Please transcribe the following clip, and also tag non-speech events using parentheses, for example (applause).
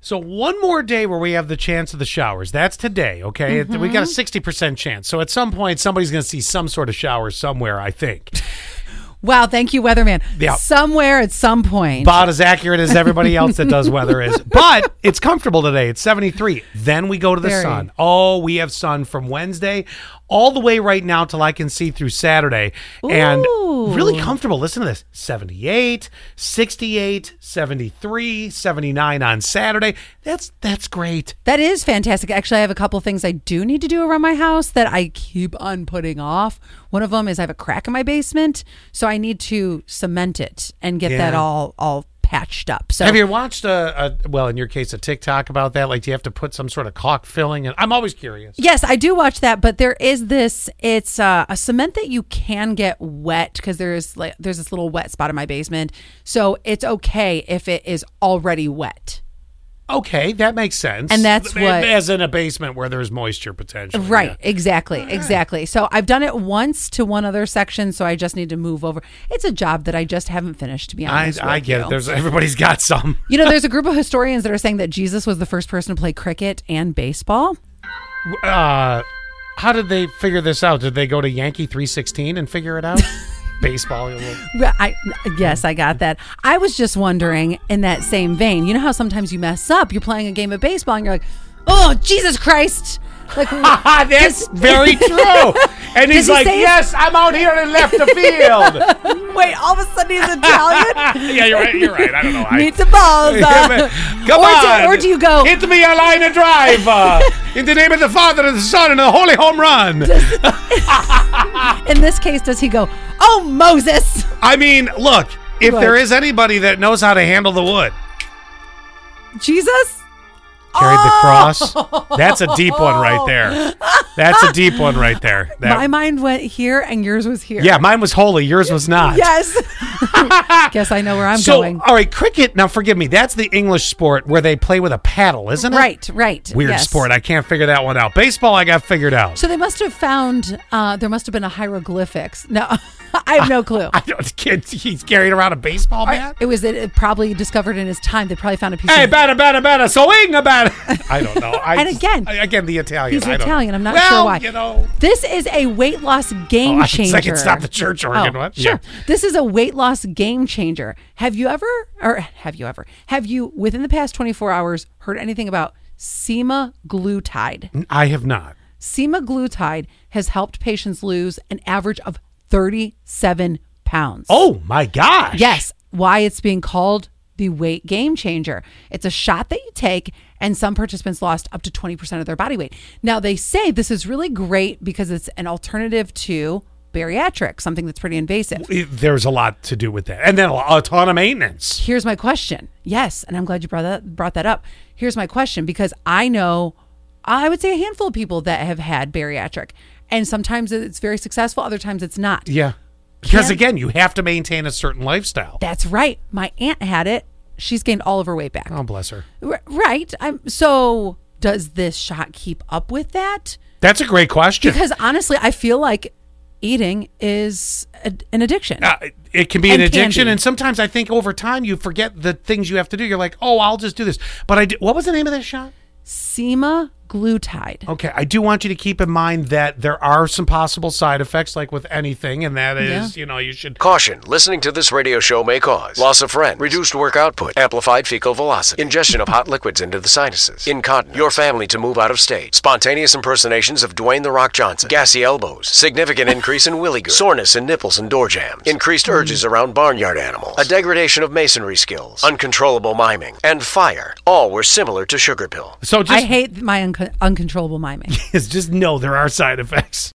So one more day where we have the chance of the showers. That's today, okay? It- We got a Mm-hmm. sixty percent chance. So at some point, somebody's going to see some sort of shower somewhere. I think. (laughs) Wow, thank you, weatherman. Yeah. Somewhere at some point. About as accurate as (laughs) everybody else that does weather is, but it's comfortable today. It's seventy three. Then we go to the Very. sun. Oh, we have sun from Wednesday all the way right now till I can see through Saturday, and Ooh. really comfortable. Listen to this: 78, 68, 73, 79 on Saturday. That's that's great. That is fantastic. Actually, I have a couple things I do need to do around my house that I keep on putting off. One of them is I have a crack in my basement, so I need to cement it and get that Yeah. all all patched up. So Have you watched a, a well, in your case, a TikTok about that? Like, do you have to put some sort of caulk filling? And I'm always curious. Yes, I do watch that, but there is this. It's uh, a cement that you can get wet because there's like there's this little wet spot in my basement, so it's okay if it is already wet. Okay, that makes sense. And that's what- as in a basement where there's moisture potential. Right, yeah. exactly, exactly. So I've done it once to one other section, so I just need to move over. It's a job that I just haven't finished, to be I, honest. I with get you. it. There's everybody's got some. you know, there's a group of historians that are saying that Jesus was the first person to play cricket and baseball. Uh, how did they figure this out? Did they go to Yankee 316 and figure it (laughs) out? Baseball. (laughs) Well, I yes, I got that. I was just wondering in that same vein. You know how sometimes you mess up. You're playing a game of baseball and you're like, "Oh, Jesus Christ!" (laughs) Like, Ah, that's does- (laughs) very true. And Does he's he like, say it? "Yes, I'm out here in left the (laughs) field." wait, all of a sudden (laughs) he's Italian. yeah, you're right. You're right. I (laughs) don't know. I- Needs the balls. (laughs) uh. Come or on. Do, or do you go? Hit me a line of drive. (laughs) uh, in the name of the Father, and the Son, and the Holy Home Run. in this case, does he go? Oh, Moses. I mean, look, if Look. there is anybody that knows how to handle the wood, Jesus. carried the Oh. cross. That's a deep one right there. That's a deep one right (laughs) there. That- My mind went here and yours was here. yeah, mine was holy. Yours was not. (laughs) Yes. Guess I know where I'm So, uh, going. all right, cricket. Now, forgive me. That's the English sport where they play with a paddle, isn't it? Right. Right. Weird yes. sport. I can't figure that one out. Baseball, I got figured out. So they must have found uh, there must have been a hieroglyphics. No, (laughs) I have no (laughs) clue. (laughs) I don't, kid, he's carrying around a baseball bat. It was it, probably discovered in his time. They probably found a piece. (laughs) Hey, of, bada, bada, bada, swing a bada. I don't know. I, And again, I- again, the Italian. he's I don't Italian. I'm not well, sure why. you know. This is a weight loss game Oh, I can- changer. I can stop the church organ. Oh, What? Sure. Yeah. This is a weight loss game changer. Have you ever, or have you ever, have you within the past 24 hours heard anything about semaglutide? I have not. Semaglutide has helped patients lose an average of 37 pounds. Oh, my gosh. Yes, why it's being called the weight game changer. It's a shot that you take, and some participants lost up to 20% of their body weight. Now, they say this is really great because it's an alternative to bariatric, something that's pretty invasive. It- there's a lot to do with that. And then a, lo- a ton of maintenance. Here's my question. Yes, and I'm glad you brought that, brought that up. Here's my question because I know I would say a handful of people that have had bariatric, and sometimes it's very successful, other times it's not. Yeah. Because Yeah. again, you have to maintain a certain lifestyle. That's right. My aunt had it. She's gained all of her weight back. oh, bless her. R- Right. I'm so does this shot keep up with that? That's a great question. Because honestly, I feel like eating is a, an addiction. Uh, it- it can be And an can addiction, be. and sometimes I think over time you forget the things you have to do. You're like, oh, I'll just do this. But I do, what was the name of that shot? Semaglutide. Okay, I do want you to keep in mind that there are some possible side effects, like with anything, and that is, you know, you should. Caution, listening to this radio show may cause loss of friend, reduced work output, amplified fecal velocity, ingestion of hot liquids into the sinuses, incontinence, your family to move out of state, spontaneous impersonations of Dwayne The Rock Johnson, gassy elbows, significant increase in willy goo, soreness in nipples and door jams, increased urges around barnyard animals, a degradation of masonry skills, uncontrollable miming, and fire. All were similar to sugar pill. So I just, (laughs) hate my unco- uncontrollable miming. just know there are side effects.